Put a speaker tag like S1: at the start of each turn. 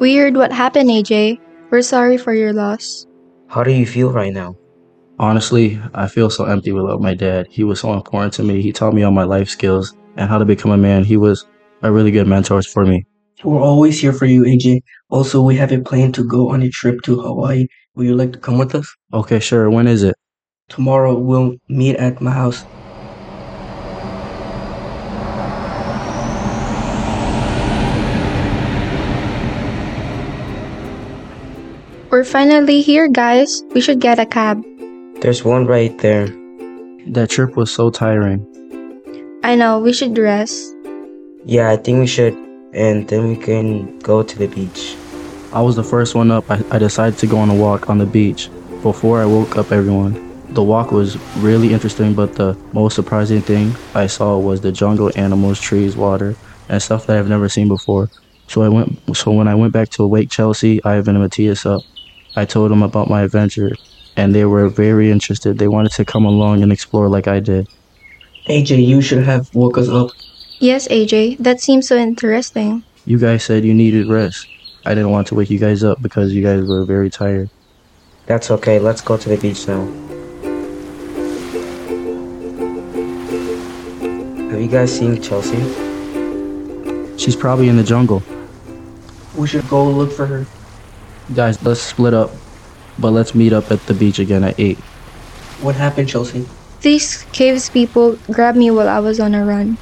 S1: Weird what happened, AJ. We're sorry for your loss.
S2: How do you feel right now?
S3: Honestly, I feel so empty without my dad. He was so important to me. He taught me all my life skills and how to become a man. He was a really good mentor for me.
S4: We're always here for you, AJ. Also, we have a plan to go on a trip to Hawaii. Would you like to come with us?
S3: Okay, sure. When is it?
S4: Tomorrow, we'll meet at my house.
S1: We're finally here, guys. We should get a cab.
S2: There's one right there.
S3: That trip was so tiring.
S1: I know, we should dress.
S2: Yeah, I think we should. And then we can go to the beach.
S3: I was the first one up. I, I decided to go on a walk on the beach before I woke up everyone. The walk was really interesting, but the most surprising thing I saw was the jungle, animals, trees, water, and stuff that I've never seen before. So I went. So when I went back to wake Chelsea, Ivan, and Matthias up, I told them about my adventure, and they were very interested. They wanted to come along and explore like I did.
S4: AJ, you should have woke us up.
S1: Yes, AJ, that seems so interesting.
S3: You guys said you needed rest. I didn't want to wake you guys up because you guys were very tired.
S2: That's okay. Let's go to the beach now. Have you guys seen Chelsea?
S3: She's probably in the jungle.
S4: We should go look for her.
S3: Guys, let's split up, but let's meet up at the beach again at 8.
S4: What happened, Chelsea?
S1: These caves people grabbed me while I was on a run.